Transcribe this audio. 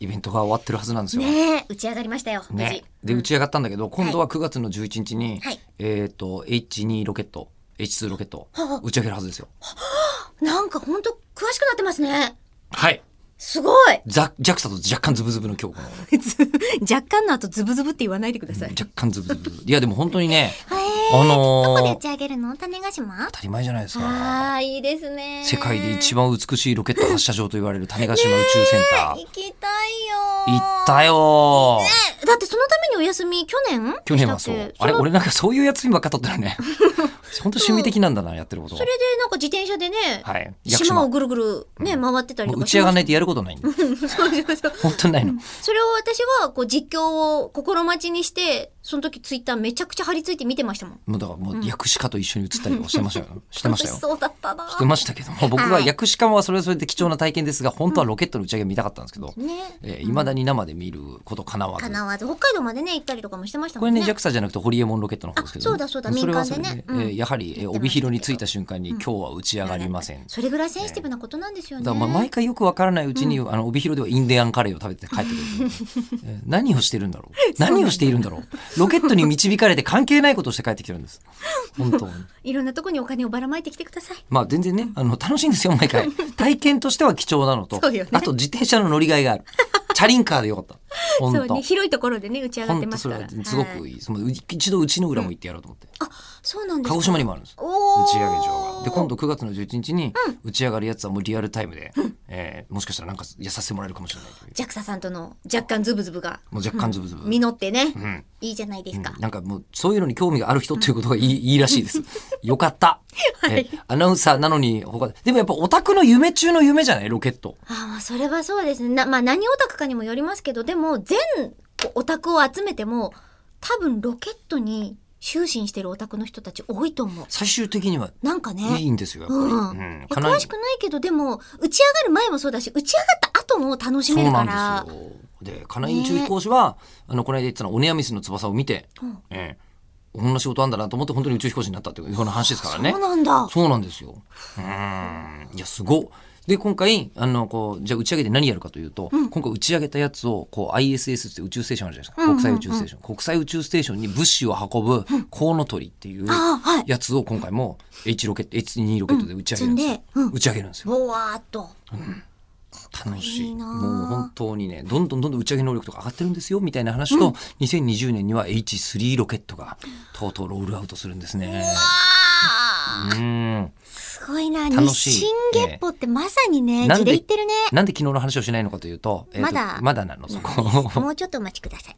イベントが終わってるはずなんですよ。ねえ打ち上がりましたよ無事ね、で打ち上がったんだけど、今度は9月の11日に、はいえっ、と H2 ロケット H2 ロケットはは打ち上げるはずですよ。なんか本当詳しくなってますねはい。すごいザ JAXA と若干ズブズブの今日この 若干の後ズブズブって言わないでください、若干ズブズブ。いやでも本当にねえー、あどのこで打ー、ち上げるの種子島当たり前じゃないですか。あーいいですね世界で一番美しいロケット発射場と言われる種子島宇宙センタ行きたいよー。行ったよー。えだってそのためにお休み去年去年はそう。あれ、その俺なんかそういうやつにばっか取ってるね。 本当趣味的なんだな、やってること。それでなんか自転車でね、はい。島をもぐるぐるね、回ってたりうと打かち上がんないとやることないん だ。そうそうそう本当にないの。それを私はこう実況を心待ちにしてその時ツイッターめちゃくちゃ張り付いて見てましたもんもうだからもう薬師家と一緒に写ったりとかしてま したよ。してま楽ししたよ。しそうだったなてましたけども、僕ははい薬師家はそれはそれで貴重な体験ですが、本当はロケットの打ち上げ見たかったんですけど、ねえー、未だに生で見ることかなわずか。なわず北海道までね行ったりとかもしてましたこもれんね、ね JAXA じゃなくてホリエモンロケットの方ですけど、あそうだそうだれはそれ民間でねうんえーやはり、えー言ってま帯したけど広に着いた瞬間に、今日は打ち上がりません。それぐらいセンシティブなことなんですよねだからまあ毎回よくわからないうちに、あの帯広ではインディアンカレーを食べて 帰ってくるえー何をしてるんだろう何をしているんだろうロケットに導かれて関係ないことをして帰ってきてるんです本当にいろんなとこにお金をばらまいてきてくださいまあ全然ねあの楽しいんですよ毎 回体験としては貴重なのと、そうよねあと自転車の乗り換え があるチャリンカーでよかった本そう当ね広いところでね打ち上がっ本て当ますそかれらはすごくはいい、そのう一度うちの裏も行ってやろうと思って、あそうなんです鹿か児島にもあるんですおー打ち上げ場がで今度9月の11日に打ち上がるやつはもうリアルタイムで、えーもしかしたらなんかやさせてもらえるかもしれないという JAXA さんとの若干ズブズブがもう若干ズブズブ、実ってね、んいいじゃないですか、なんかもうそういうのに興味がある人っていうことがいい,、いいらしいです。よか った。えアナウンサーなのに他でもやっぱオタクの夢中の夢じゃないロケット。ああまあそれはそうですねな、まあ、何オタクかにもよりますけどでも全オタクを集めても多分ロケットに就寝してるオタクの人たち多いと思う最終的にはなんかいねいんですよやっぱり。うん、いや詳しくないけどでも打ち上がる前もそうだし打ち上がった後も楽しそめうるかならんですよ。で金井宇宙飛行士は、あのこの間言ってたのオネアミスの翼を見て、うんええこんな仕事あんだなと思って本当に宇宙飛行士になったっていうそんな話ですからねそう。なんだそうなんですよ。うーん。いや、すごっ。で、今回、あの、こう、じゃあ打ち上げて何やるかというと、今回打ち上げたやつを、こう、ISS って宇宙ステーションあるじゃないですか。うんうんうん国際宇宙ステーション。国際宇宙ステーションに物資を運ぶ、コウノトリっていうああはいやつを今回も H ロケット、H2 ロケットで打ち上げるんですよ。うん積んでうん打ち上げるんですよ。ぼわーっと楽しい。いいなあもう本当にね、どんどんどんどん打ち上げ能力とか上がってるんですよ、みたいな話と、2020年には H3 ロケットが、とうとうロールアウトするんですね。あーうん。すごいな日楽しい進月歩ってまさにねなん地でで行ってるねなんで昨日の話をしないのかというと、えーとまだまだなの、そこ。もうちょっとお待ちください